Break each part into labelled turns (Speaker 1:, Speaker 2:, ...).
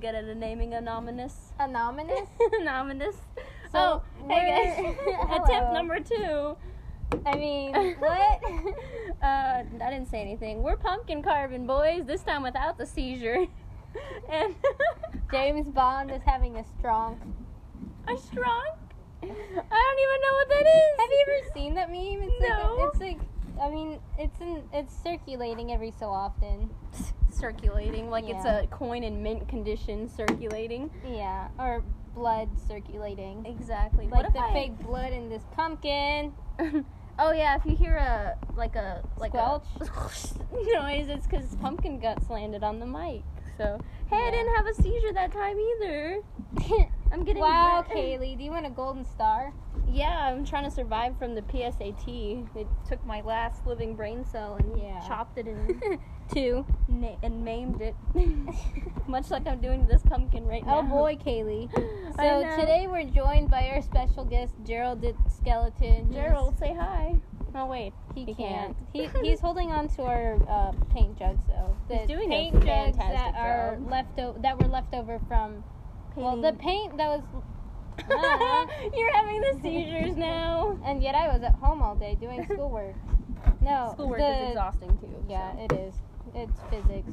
Speaker 1: good at a naming anonymous.
Speaker 2: Anonymous?
Speaker 1: anonymous. oh,
Speaker 2: So,
Speaker 1: hey
Speaker 2: we're-
Speaker 1: guys. Attempt
Speaker 2: Hello.
Speaker 1: number two.
Speaker 2: I mean, what?
Speaker 1: Uh, I didn't say anything. We're pumpkin carving, boys. This time without the seizure. and
Speaker 2: James Bond is having a strong.
Speaker 1: I shrunk. I don't even know what that is.
Speaker 2: Have you ever seen that meme? It's
Speaker 1: No.
Speaker 2: like it's like I mean, it's in it's circulating every so often.
Speaker 1: circulating like it's
Speaker 2: Yeah.
Speaker 1: a coin in mint condition circulating?
Speaker 2: Yeah, or blood circulating.
Speaker 1: Exactly.
Speaker 2: Like
Speaker 1: what
Speaker 2: the fake blood in this pumpkin.
Speaker 1: fake. oh yeah, if you hear a like a like a noise, it's because pumpkin guts landed on the mic. So hey, I
Speaker 2: Yeah.
Speaker 1: didn't have a seizure that time either. I'm getting
Speaker 2: wow,
Speaker 1: wet.
Speaker 2: Kaylee, do you want a golden star?
Speaker 1: Yeah, I'm trying to survive from the PSAT. It took my last living brain cell and
Speaker 2: Yeah.
Speaker 1: chopped it in
Speaker 2: Two.
Speaker 1: na- and maimed it, much like I'm doing to this pumpkin right now.
Speaker 2: Oh boy, Kaylee.
Speaker 1: I
Speaker 2: So
Speaker 1: know.
Speaker 2: today we're joined by our special guest, Gerald the Skeleton. He's-
Speaker 1: Gerald, say hi. Oh wait,
Speaker 2: He,
Speaker 1: He
Speaker 2: can't.
Speaker 1: can't.
Speaker 2: He, he's holding on to our uh, paint jugs though. The
Speaker 1: He's doing a
Speaker 2: paint jugs
Speaker 1: fantastic
Speaker 2: that are
Speaker 1: job.
Speaker 2: left o- that were left over from well the paint that was
Speaker 1: paint. You're having the seizures now.
Speaker 2: and yet I was at home all day doing schoolwork. No,
Speaker 1: Schoolwork
Speaker 2: the-
Speaker 1: is exhausting too.
Speaker 2: Yeah,
Speaker 1: so.
Speaker 2: it is. It's physics.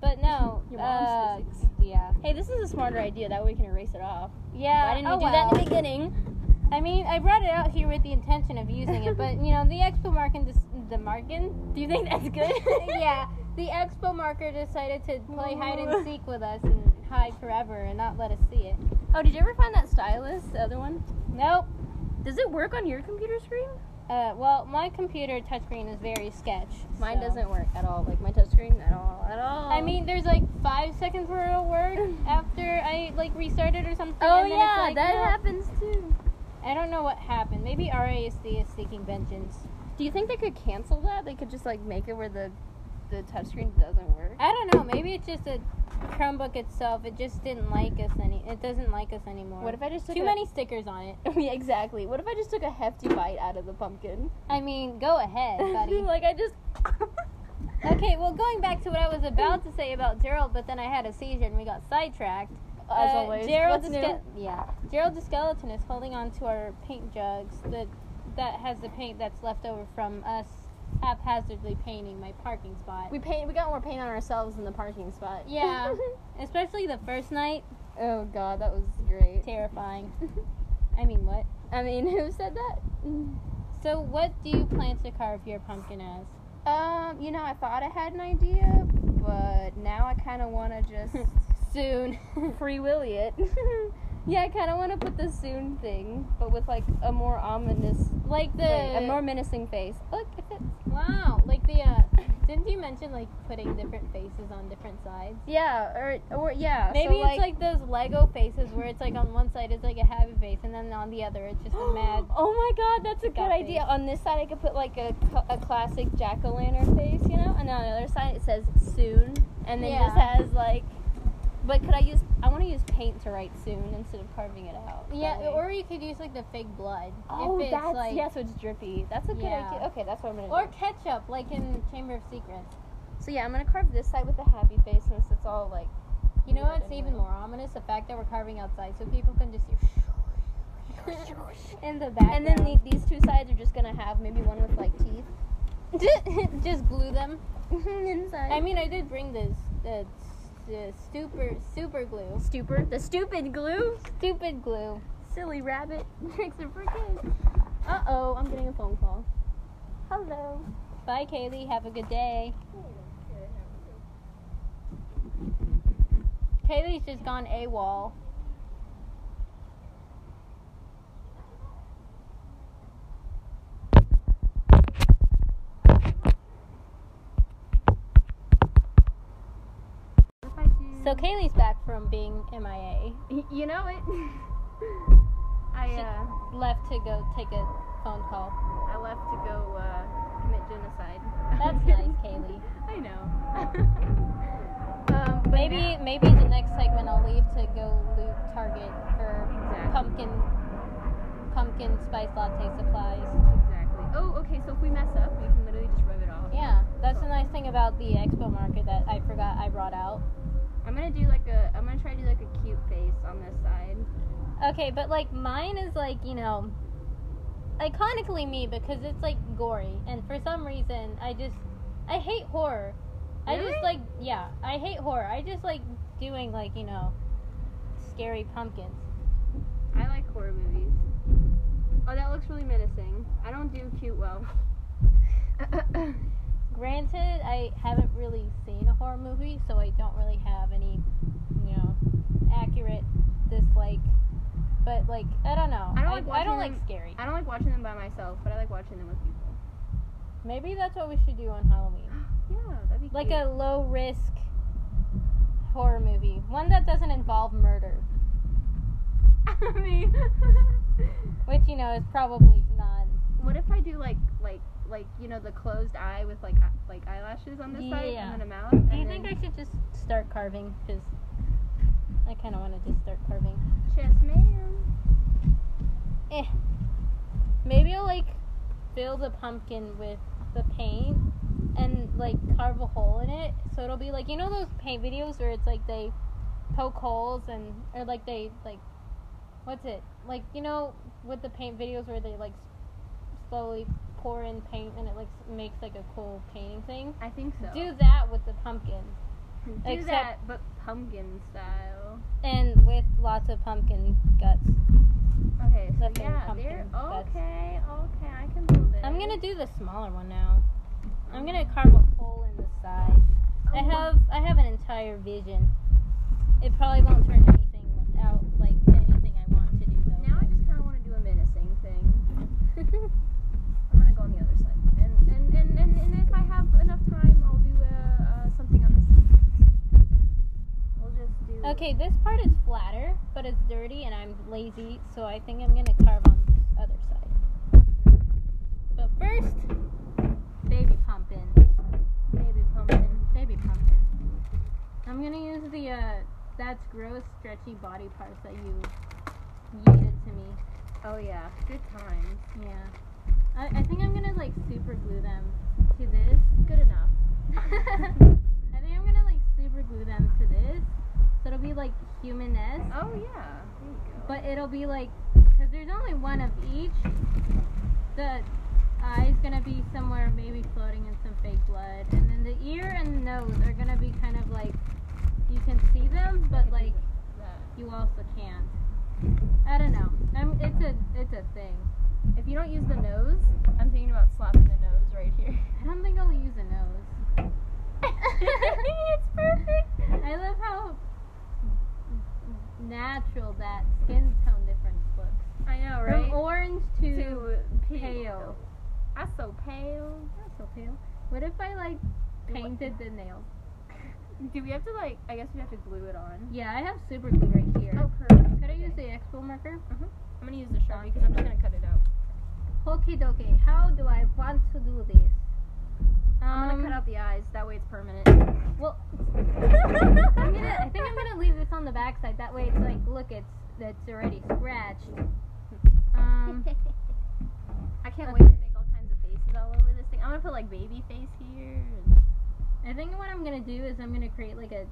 Speaker 2: But no,
Speaker 1: Your mom's
Speaker 2: uh,
Speaker 1: physics.
Speaker 2: Yeah,
Speaker 1: Hey, this is a smarter idea. That way we can erase it off.
Speaker 2: yeah.
Speaker 1: Why didn't
Speaker 2: oh
Speaker 1: we do that in
Speaker 2: well.
Speaker 1: the beginning?
Speaker 2: I mean, I brought it out here with the intention of using it, but you know, the expo marker, dis- the markin,
Speaker 1: Do you think that's good?
Speaker 2: yeah, the expo marker decided to play hide and seek with us and hide forever and not let us see it.
Speaker 1: Oh, did you ever find that stylus? The other one?
Speaker 2: Nope.
Speaker 1: Does it work on your computer screen?
Speaker 2: Uh, well, my computer touchscreen is very sketch.
Speaker 1: Mine
Speaker 2: so-
Speaker 1: doesn't work at all. Like my touchscreen, at all, at all.
Speaker 2: I mean, there's like five seconds where it'll work after I like restarted or something.
Speaker 1: oh
Speaker 2: and then
Speaker 1: yeah,
Speaker 2: it's like,
Speaker 1: that
Speaker 2: no.
Speaker 1: happens too.
Speaker 2: I don't know what happened. Maybe RASD is seeking vengeance.
Speaker 1: Do you think they could cancel that? They could just like make it where the the touchscreen doesn't work.
Speaker 2: I don't know. Maybe it's just a Chromebook itself. It just didn't like us any. It doesn't like us anymore.
Speaker 1: What if I just took
Speaker 2: Too
Speaker 1: a-
Speaker 2: many stickers on it.
Speaker 1: yeah, exactly. What if I just took a hefty bite out of the pumpkin?
Speaker 2: I mean, go ahead, buddy.
Speaker 1: like I just.
Speaker 2: Okay, well, going back to what I was about to say about Gerald, but then I had a seizure and we got sidetracked.
Speaker 1: As
Speaker 2: Uh,
Speaker 1: always,
Speaker 2: Gerald
Speaker 1: what's
Speaker 2: the
Speaker 1: new?
Speaker 2: Ske- yeah, Gerald the skeleton is holding on to our paint jugs that that has the paint that's left over from us haphazardly painting my parking spot.
Speaker 1: We paint. We got more paint on ourselves in the parking spot.
Speaker 2: yeah, especially the first night,
Speaker 1: oh God, that was great.
Speaker 2: terrifying. I mean, what?
Speaker 1: I mean, who said that?
Speaker 2: So, what do you plan to carve your pumpkin as?
Speaker 1: Um, you know, I thought I had an idea, but now I kind of want to just
Speaker 2: Soon.
Speaker 1: free willy it. yeah, I kind of want to put the soon thing, but with like a more ominous,
Speaker 2: like the
Speaker 1: wait, a more menacing face. Look, it fits.
Speaker 2: wow, like the uh, didn't you mention like putting different faces on different sides?
Speaker 1: Yeah, or or yeah.
Speaker 2: Maybe
Speaker 1: so,
Speaker 2: it's like those Lego faces where it's like on one side it's like a happy face and then on the other it's just a mad.
Speaker 1: Oh my god, that's a good
Speaker 2: Got
Speaker 1: idea.
Speaker 2: face.
Speaker 1: On this side, I could put like a, cl- a classic jack o' lantern face, you know, and then on the other side it says soon, and then
Speaker 2: Yeah.
Speaker 1: it just has like. But could I use? I want to use paint to write soon instead of carving it out.
Speaker 2: Yeah,
Speaker 1: That way-
Speaker 2: or you could use like the fake blood.
Speaker 1: oh,
Speaker 2: if it's
Speaker 1: that's
Speaker 2: like
Speaker 1: yeah. So it's drippy. That's a good
Speaker 2: Yeah.
Speaker 1: idea. Okay, that's what I'm gonna
Speaker 2: Or
Speaker 1: do.
Speaker 2: ketchup, like in Chamber of Secrets.
Speaker 1: So yeah, I'm gonna carve this side with a happy face since it's all like.
Speaker 2: You know
Speaker 1: Yeah,
Speaker 2: what's
Speaker 1: then
Speaker 2: even
Speaker 1: we'll-
Speaker 2: more ominous? The fact that we're carving outside, so people can just hear in the back.
Speaker 1: And then the, these two sides are just gonna have maybe one with like teeth
Speaker 2: just glue them.
Speaker 1: inside.
Speaker 2: I mean, I did bring this the the super super glue,
Speaker 1: stupor. The stupid glue.
Speaker 2: stupid glue.
Speaker 1: Silly rabbit tricks are for kids. Uh oh, I'm getting a phone call. Hello.
Speaker 2: Bye, Kaylee. Have a good day. Kaylee's just gone AWOL. So Kaylee's back from being MIA.
Speaker 1: you know it. I uh,
Speaker 2: Left to go take a phone call.
Speaker 1: I left to go uh, commit genocide.
Speaker 2: That's nice, Kaylee.
Speaker 1: I know. um, but
Speaker 2: Maybe
Speaker 1: now-
Speaker 2: maybe the next segment I'll leave to go loot Target for
Speaker 1: exactly.
Speaker 2: pumpkin pumpkin spice latte supplies.
Speaker 1: Exactly. Oh, okay. So if we mess up, we can literally just rub it off.
Speaker 2: Yeah, that's the nice thing about the expo market that I forgot I brought out.
Speaker 1: I'm gonna do like a. I'm gonna try to do like a cute face on this side.
Speaker 2: Okay, but like mine is like, you know, iconically me because it's like gory. And for some reason, I just I hate horror. I just
Speaker 1: Really?
Speaker 2: like yeah, I hate horror. I just like doing like, you know, scary pumpkins.
Speaker 1: I like horror movies. Oh, that looks really menacing. I don't do cute well.
Speaker 2: Granted, I haven't really seen a horror movie, so I don't really have any, you know, accurate dislike. But like, I don't know.
Speaker 1: I don't like
Speaker 2: I, don't
Speaker 1: watching-
Speaker 2: like scary.
Speaker 1: I don't like watching them by myself, but I like watching them with people.
Speaker 2: Maybe that's what we should do on Halloween.
Speaker 1: Yeah, that'd be
Speaker 2: like
Speaker 1: cute.
Speaker 2: a low risk horror movie, one that doesn't involve murder,
Speaker 1: I mean,
Speaker 2: which you know is probably not.
Speaker 1: what if I do like like like you know the closed eye with like eye- like eyelashes on this side
Speaker 2: Yeah.
Speaker 1: and then a mouth?
Speaker 2: Do you think I should just start carving? Because I kind of want to just start carving.
Speaker 1: Yes, ma'am.
Speaker 2: Maybe I'll like build a pumpkin with the paint and like carve a hole in it, so it'll be like you know those paint videos where it's like they poke holes and or like they like what's it like you know with the paint videos where they like s- slowly pour in paint and it like s- makes like a cool painting thing.
Speaker 1: I think so.
Speaker 2: Do that with the pumpkin
Speaker 1: Do
Speaker 2: except-
Speaker 1: that, but pumpkin style.
Speaker 2: and with lots of pumpkin guts.
Speaker 1: Okay, so
Speaker 2: Nothing
Speaker 1: yeah,
Speaker 2: pumpkin,
Speaker 1: there.
Speaker 2: that's-
Speaker 1: Okay, okay, I can do this.
Speaker 2: I'm gonna do the smaller one now. I'm gonna carve a hole in the side. I
Speaker 1: Oh,
Speaker 2: have I have an entire vision. It probably won't turn anything out like anything I want to do though.
Speaker 1: Now I just kind of want to do a menacing thing. I'm gonna go on the other side, and and, and, and, and if I have enough time, I'll do uh, uh, something on this. Side. We'll just do.
Speaker 2: okay, this part is flatter, but it's dirty and I'm lazy, so I think I'm gonna carve on this other side. But first, baby pumpkin.
Speaker 1: Baby pumpkin.
Speaker 2: Baby pumpkin. I'm gonna use the uh that's gross stretchy body parts that you yeeted to me.
Speaker 1: Oh yeah, good times.
Speaker 2: Yeah. I, I think I'm gonna like super glue them to this.
Speaker 1: Good enough.
Speaker 2: I think I'm gonna like super glue them to this. So it'll be like human esque,
Speaker 1: Oh yeah. There you go.
Speaker 2: but it'll be like, because there's only one of each. The eye's gonna be somewhere maybe floating in some fake blood. And then the ear and nose are gonna be kind of like, you can see them, but like,
Speaker 1: That.
Speaker 2: you also can't. I don't know. I'm, it's a it's a thing.
Speaker 1: If you don't use the nose, I'm thinking about slapping the nose right here.
Speaker 2: I don't think I'll use a nose.
Speaker 1: it's perfect.
Speaker 2: I love how natural that skin tone difference looks.
Speaker 1: I know,
Speaker 2: From
Speaker 1: right?
Speaker 2: orange to,
Speaker 1: pale.
Speaker 2: pale.
Speaker 1: I'm so pale.
Speaker 2: Not so pale. What if I like painted the nails?
Speaker 1: Do we have to like? I guess we have to glue it on.
Speaker 2: Yeah, I have super glue right here.
Speaker 1: Oh, perfect.
Speaker 2: Could I use the expo marker?
Speaker 1: I'm gonna use the sharpie because I'm just gonna cut it out.
Speaker 2: Okie dokie. How do I want to do this? Um,
Speaker 1: I'm gonna cut out the eyes. That way it's permanent.
Speaker 2: Well, I'm
Speaker 1: I'm
Speaker 2: gonna. I think I'm gonna leave this on the backside. That way, it's like, look, it's it's already scratched. Um,
Speaker 1: I can't wait to make all kinds of faces all over this thing. I'm gonna put like baby face here. And...
Speaker 2: I think what I'm gonna do is I'm gonna create like a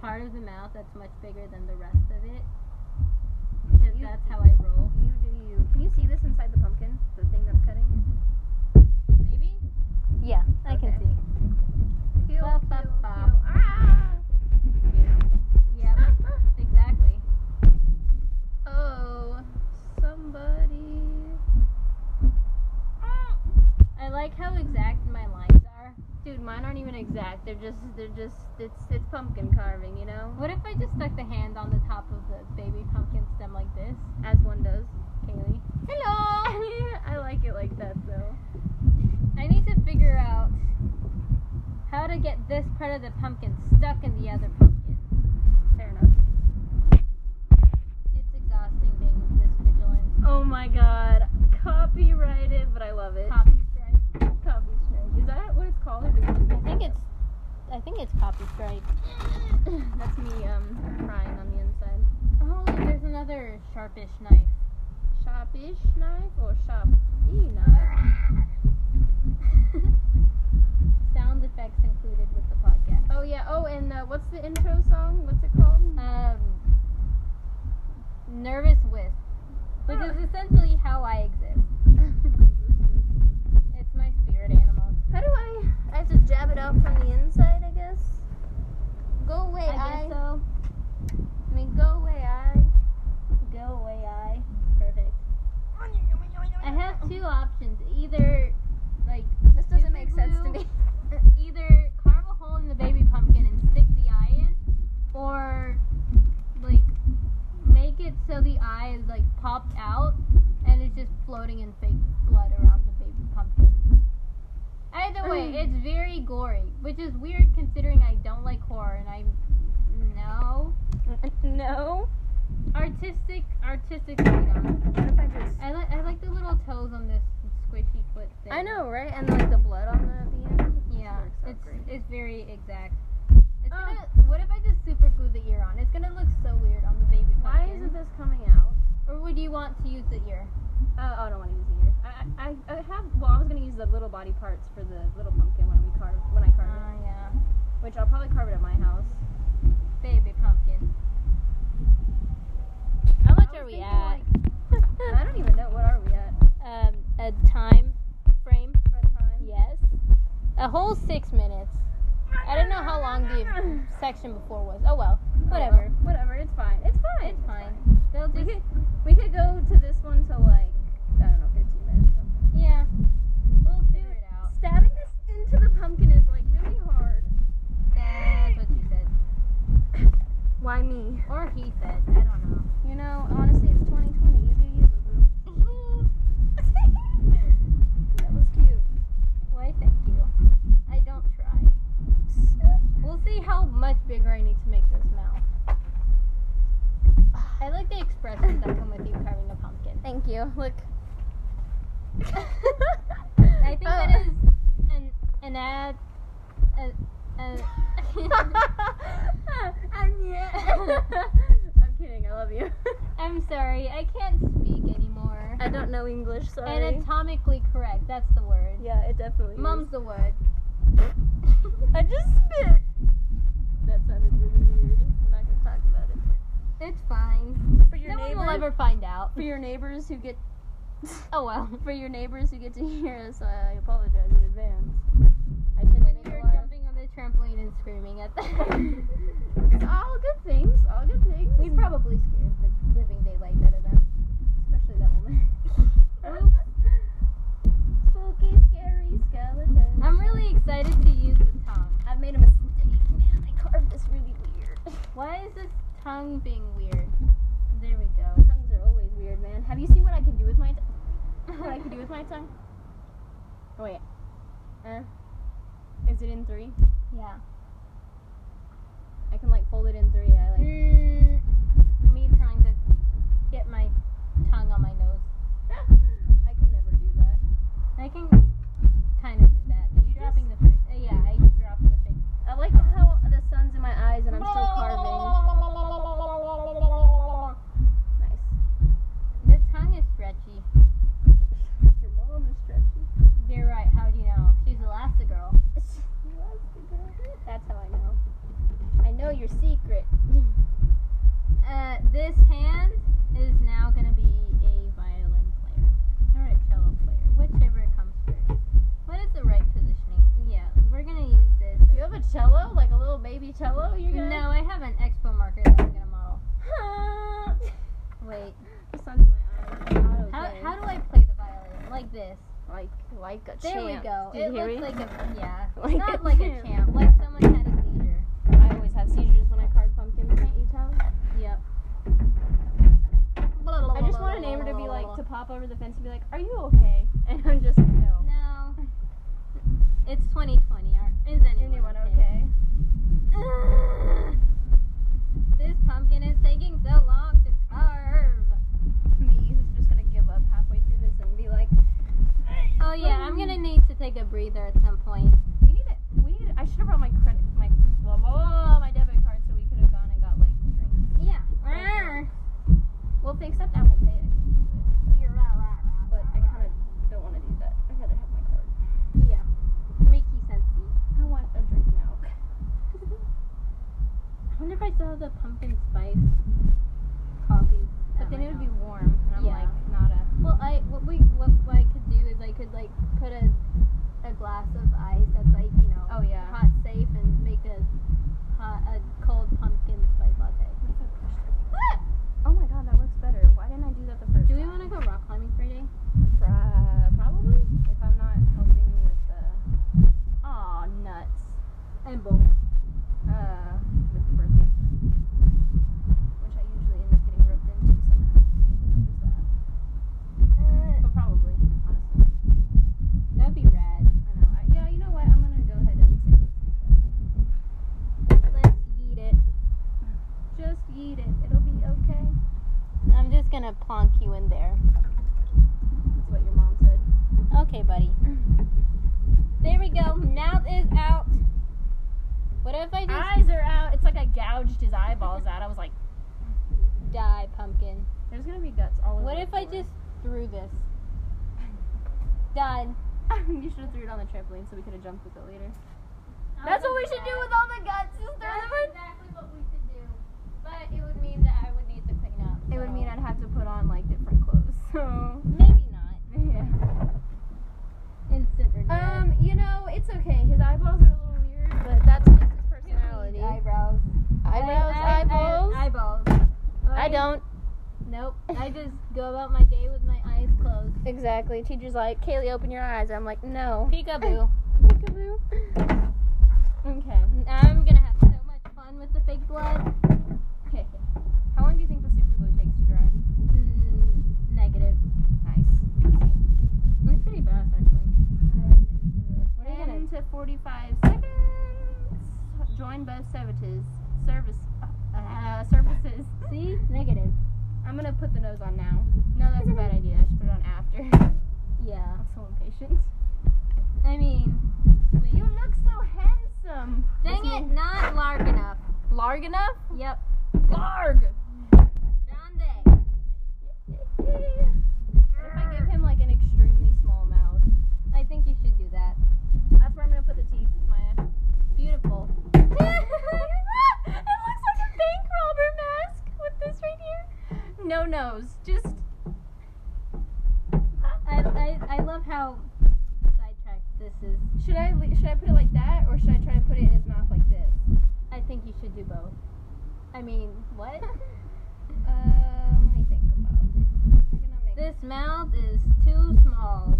Speaker 2: part of the mouth that's much bigger than the rest of it. Because
Speaker 1: You-
Speaker 2: that's how I roll.
Speaker 1: You do you. Can you see this inside the pumpkin? The thing that's cutting.
Speaker 2: Maybe? Yeah, I can
Speaker 1: Okay.
Speaker 2: see.
Speaker 1: Peel,
Speaker 2: Ba,
Speaker 1: peel,
Speaker 2: ba,
Speaker 1: peel.
Speaker 2: ba.
Speaker 1: Ah!
Speaker 2: Yeah, but exactly.
Speaker 1: Oh, somebody. Ah!
Speaker 2: I like how exact my lines are.
Speaker 1: Dude, mine aren't even exact. They're just, they're just, it's, it's pumpkin carving, you know,
Speaker 2: What if I just stuck the hand on the top of the baby pumpkin stem like this,
Speaker 1: as one does.
Speaker 2: Kaylee?
Speaker 1: Hello. I like it like that though.
Speaker 2: I need to figure out how to get this part of the pumpkin stuck in the other pumpkin.
Speaker 1: Fair enough.
Speaker 2: It's exhausting being this vigilant.
Speaker 1: Oh my god, copyrighted, but I love it.
Speaker 2: Copy strike.
Speaker 1: Copy strike. Is that what it's called? Or do we just
Speaker 2: I think it's I think it's copy strike.
Speaker 1: That's me um crying on the inside.
Speaker 2: Oh, look, there's another sharpish knife.
Speaker 1: Sharpish knife or sharp e knife?
Speaker 2: Sound effects included with the podcast.
Speaker 1: Oh yeah. Oh, and uh, what's the the intro song? What's it called?
Speaker 2: Um, nervous wisp, which
Speaker 1: Huh.
Speaker 2: is essentially how I exist. It's my spirit animal.
Speaker 1: How do I? I have to jab it out from the inside, I guess. Go away,
Speaker 2: I guess
Speaker 1: I.
Speaker 2: so.
Speaker 1: I mean, go away, I. Go away, I. Perfect.
Speaker 2: I have two options. Either, like,
Speaker 1: This doesn't
Speaker 2: super
Speaker 1: make sense to
Speaker 2: glue-
Speaker 1: me.
Speaker 2: Either carve a hole in the baby pumpkin and stick the eye in, or like make it so the eye is like popped out and it's just floating in fake blood around the baby pumpkin. Either
Speaker 1: Mm.
Speaker 2: way, it's very gory, which is weird considering I don't like horror and I no
Speaker 1: no.
Speaker 2: artistic artistic freedom.
Speaker 1: What if I just?
Speaker 2: I like I like the little toes on this squishy foot thing.
Speaker 1: I know, right? And like the blood on the, the end.
Speaker 2: Yeah,
Speaker 1: Works out
Speaker 2: it's
Speaker 1: great.
Speaker 2: it's very exact. It's
Speaker 1: Oh.
Speaker 2: gonna. What if I just super glue the ear on? It's gonna look so weird on the baby
Speaker 1: Why
Speaker 2: pumpkin.
Speaker 1: isn't this coming out?
Speaker 2: Or would you want to use the ear?
Speaker 1: Uh, oh, I don't want to use the ear. I, I, I have. Well, I was gonna use the little body parts for the little pumpkin when we carve when I carve it,
Speaker 2: Oh, yeah,
Speaker 1: which I'll probably carve it at my house.
Speaker 2: baby pumpkin. How much
Speaker 1: I
Speaker 2: are
Speaker 1: was
Speaker 2: we
Speaker 1: thinking,
Speaker 2: at?
Speaker 1: like, I don't even know what are we at
Speaker 2: um, a time frame.
Speaker 1: for time.
Speaker 2: Yes, a whole six minutes. I don't know how long the section before was. Oh well, whatever.
Speaker 1: Oh, well, whatever. It's fine. It's fine.
Speaker 2: It's fine. They'll
Speaker 1: We
Speaker 2: just
Speaker 1: could we could go to this one till like I don't know, 15 minutes. or something.
Speaker 2: yeah. We'll figure it out.
Speaker 1: Stabbing this into the pumpkin is like really hard.
Speaker 2: That's what she said,
Speaker 1: Why me?
Speaker 2: or he said. I don't know.
Speaker 1: You know, honestly, it's 2020. You do you, boo boo. that was cute.
Speaker 2: Why, thank you. I don't try. We'll see how much bigger I need to make this mouth. I like the expressions that come with you carving a pumpkin.
Speaker 1: Thank you. Look.
Speaker 2: I think that is an an ad. A, a,
Speaker 1: I'm kidding. I love you.
Speaker 2: I'm sorry, I can't speak anymore.
Speaker 1: I don't know English. Sorry.
Speaker 2: Anatomically correct, that's the word.
Speaker 1: yeah, it definitely.
Speaker 2: Mum's the word.
Speaker 1: I just spit. That sounded really weird. We're not gonna talk about it.
Speaker 2: It's fine.
Speaker 1: For your
Speaker 2: no
Speaker 1: neighbors.
Speaker 2: one will ever find out.
Speaker 1: for your neighbors who get
Speaker 2: Oh well.
Speaker 1: for your neighbors who get to hear us, I apologize in advance. I tend
Speaker 2: When
Speaker 1: to
Speaker 2: you're
Speaker 1: make a lot of
Speaker 2: jumping on the trampoline and screaming at them.
Speaker 1: It's all good things. All good things.
Speaker 2: We probably scared the living daylight out of them.
Speaker 1: especially that woman.
Speaker 2: Oops.
Speaker 1: Spooky, scary skeleton.
Speaker 2: I'm really excited to use the tongue.
Speaker 1: I've made a mistake, man. I carved this really weird.
Speaker 2: Why is this tongue being weird? There we go.
Speaker 1: Tongues are always weird, man. Have you seen what I can do with my tongue? What I can do with my tongue? Oh, wait. Uh, is it in three?
Speaker 2: Yeah.
Speaker 1: I can like fold it in three. I like.
Speaker 2: Mm, me trying to get my tongue on my nose.
Speaker 1: I can never do that.
Speaker 2: I can kind of do that. But you dropping the fake. Uh, yeah, I dropped the fake.
Speaker 1: I like how the sun's in my eyes and I'm still carving.
Speaker 2: carving.
Speaker 1: Nice.
Speaker 2: The tongue is stretchy.
Speaker 1: Your mom is stretchy.
Speaker 2: You're right. How do you know? She's Elastigirl.
Speaker 1: That's how I know. I know your secret.
Speaker 2: Uh, this hand is now gonna be a violin player or a cello player, whichever comes first. What is the right positioning? Yeah, we're gonna use this.
Speaker 1: You have a cello, like a little baby cello. You're
Speaker 2: No,
Speaker 1: gonna.
Speaker 2: I have an expo marker that I'm gonna model.
Speaker 1: No.
Speaker 2: Wait,
Speaker 1: the sun's in my eyes. Not
Speaker 2: how,
Speaker 1: okay.
Speaker 2: how do I play the violin? Like this.
Speaker 1: like like a
Speaker 2: There
Speaker 1: champ.
Speaker 2: we go.
Speaker 1: Did
Speaker 2: it
Speaker 1: you hear me?
Speaker 2: looks like a yeah,
Speaker 1: Like
Speaker 2: not
Speaker 1: a
Speaker 2: like a
Speaker 1: champ.
Speaker 2: champ, like someone had a seizure.
Speaker 1: I always have seizures when I carve pumpkins. Can't you tell?
Speaker 2: Yep.
Speaker 1: I just want a neighbor to be like to pop over the fence and be like, "Are you okay?" And I'm just no.
Speaker 2: No. It's 2020. Are, is anyone,
Speaker 1: Anyone
Speaker 2: okay?
Speaker 1: okay?
Speaker 2: This pumpkin is taking so long to carve.
Speaker 1: Me, who's just gonna give up halfway through this and be like, "Mm,
Speaker 2: Oh yeah, I'm
Speaker 3: Mm-hmm.
Speaker 2: gonna need to take a breather at some point.
Speaker 1: "We need it. We need it." I should have brought my credit, my blah, blah, blah, my debit card, so we could have gone and got like drinks.
Speaker 2: Yeah.
Speaker 1: Okay. Well, if they accept Apple Pay,
Speaker 2: You're right, right, right,
Speaker 1: but I
Speaker 2: right,
Speaker 1: kind of don't want to do that. I'd rather have my card.
Speaker 2: right. yeah. Mickey sensey.
Speaker 1: I want a drink now.
Speaker 2: I still have the pumpkin spice coffee. But then it would be warm, and I'm
Speaker 1: Yeah.
Speaker 2: like not a.
Speaker 3: Well, I what we what, what I could do is I could like put a a glass of ice that's like you know
Speaker 2: Oh yeah.
Speaker 3: hot safe and make a hot a cold pumpkin spice latte.
Speaker 1: Oh my god, that works better. Why didn't I do that the first
Speaker 2: Do we
Speaker 1: time?
Speaker 2: want to go rock climbing Friday?
Speaker 1: Pra- probably if I'm not helping with the oh nuts
Speaker 2: And both.
Speaker 1: uh with the birthday stuff, which I usually end up getting roped into somehow. There's that. Uh, but probably, honestly.
Speaker 2: That'd be rad.
Speaker 1: I know. I, yeah, you know what? I'm gonna go ahead and say
Speaker 3: Let's eat it.
Speaker 1: just eat it. It'll be okay.
Speaker 2: I'm just gonna plonk you in there.
Speaker 1: That's what your mom said.
Speaker 2: Okay, buddy. There we go. Mouth is out. What if I just
Speaker 1: Eyes are out. It's like I gouged his eyeballs out. I was like,
Speaker 2: die, pumpkin?
Speaker 1: there's gonna be guts all over.
Speaker 2: What
Speaker 1: the
Speaker 2: if I
Speaker 1: floor.
Speaker 2: just threw this? Done.
Speaker 1: you should have threw it on the trampoline so we could have jumped with it later.
Speaker 3: That's what we should do with all the guts. Is throw
Speaker 2: That's
Speaker 3: them in.
Speaker 2: exactly what we should do. But it would mean that I would need to clean up.
Speaker 1: It would
Speaker 2: so-
Speaker 1: mean I'd have to put on like different clothes. So
Speaker 2: maybe not
Speaker 1: yeah.
Speaker 2: instant regret.
Speaker 1: Um, you know, it's okay. His eyeballs are a little weird, but that's just his personality.
Speaker 3: Eyebrows.
Speaker 1: Eyebrows,
Speaker 2: I- I-
Speaker 1: eyeballs.
Speaker 2: I, eyeballs.
Speaker 1: I
Speaker 2: Like,
Speaker 1: don't
Speaker 2: Nope. I just go about my day with my eyes closed.
Speaker 1: exactly. Teacher's like, Kaylee, open your eyes. I'm like, no.
Speaker 2: Peekaboo.
Speaker 1: Peekaboo. Okay.
Speaker 2: I'm gonna have so much fun with the fake blood.
Speaker 1: How long do you think the super glue takes to dry?
Speaker 2: Mm, negative.
Speaker 1: Nice.
Speaker 2: It's pretty fast actually.
Speaker 1: What are you gonna? to 45 seconds. Join both services. Service. Uh, services.
Speaker 2: See? Negative.
Speaker 1: I'm gonna put the nose on now. No, that's a bad idea. I should put it on after.
Speaker 2: Yeah.
Speaker 1: I'm so impatient.
Speaker 2: I mean,
Speaker 1: You look so handsome.
Speaker 2: dang
Speaker 1: That's
Speaker 2: it, not large enough.
Speaker 1: Larg enough?
Speaker 2: Yep.
Speaker 1: Larg!
Speaker 2: Grande.
Speaker 1: If I give him like an extremely small mouth,
Speaker 2: I think you should do that.
Speaker 1: that's where I'm gonna put the teeth, Maya.
Speaker 2: Beautiful.
Speaker 1: it looks like a bank robber mask with this right here. No nose, just.
Speaker 2: I, I, I love how sidetracked this is.
Speaker 1: Should I le- should I put it like that, or should I try to put it in his mouth like this?
Speaker 2: I think you should do both. I mean, what?
Speaker 1: Uh, let me think about it. We're gonna make
Speaker 2: this mouth is too small.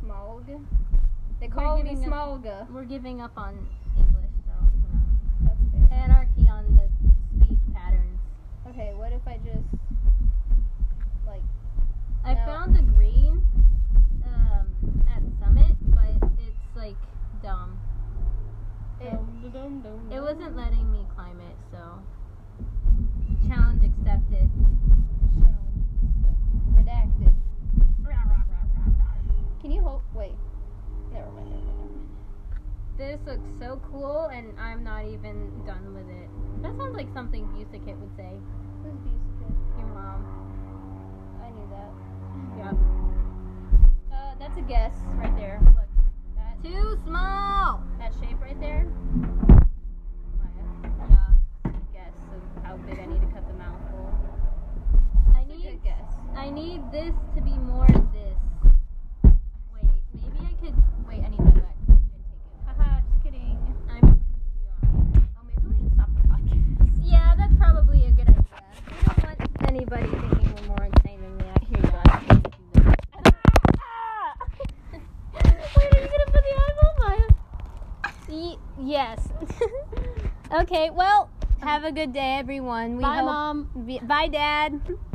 Speaker 1: smog. They
Speaker 2: We're
Speaker 1: call me
Speaker 2: giving a-
Speaker 1: smolga.
Speaker 2: We're giving up on English, so you
Speaker 1: That's fair.
Speaker 2: know. Anarchy on the speech patterns.
Speaker 1: Okay, what if I just like
Speaker 2: I
Speaker 1: No.
Speaker 2: found the green um, at Summit, but it's like dumb.
Speaker 1: it,
Speaker 2: It wasn't letting me climb it, so challenge accepted.
Speaker 1: redacted. Can you hold? Wait. Never mind. Never mind.
Speaker 2: This looks so cool, and I'm not even done with it. That sounds like something Busakit would say.
Speaker 1: This is beautiful.
Speaker 2: Your mom.
Speaker 1: I knew that.
Speaker 2: Yep.
Speaker 1: Uh, that's a guess right there. Look, that
Speaker 2: Too small.
Speaker 1: that shape right there. My
Speaker 2: Yeah.
Speaker 1: guess of how big I need to cut the mouthful.
Speaker 2: I
Speaker 1: That's a
Speaker 2: need.
Speaker 1: good guess.
Speaker 2: I need this to be more this. Wait, maybe I could.
Speaker 1: Wait, I need that back. You didn't take it. Haha, just kidding.
Speaker 2: I'm.
Speaker 1: Oh, maybe we should stop the podcast.
Speaker 2: Yeah, that's probably a good idea. I don't want anybody thinking we're more insane than we actually are.
Speaker 1: Wait, are you gonna put the eyeball Maya?
Speaker 2: Ye- yes. okay. Well, have a good day, everyone. We
Speaker 1: Bye,
Speaker 2: hope-
Speaker 1: mom.
Speaker 2: Bye, Dad.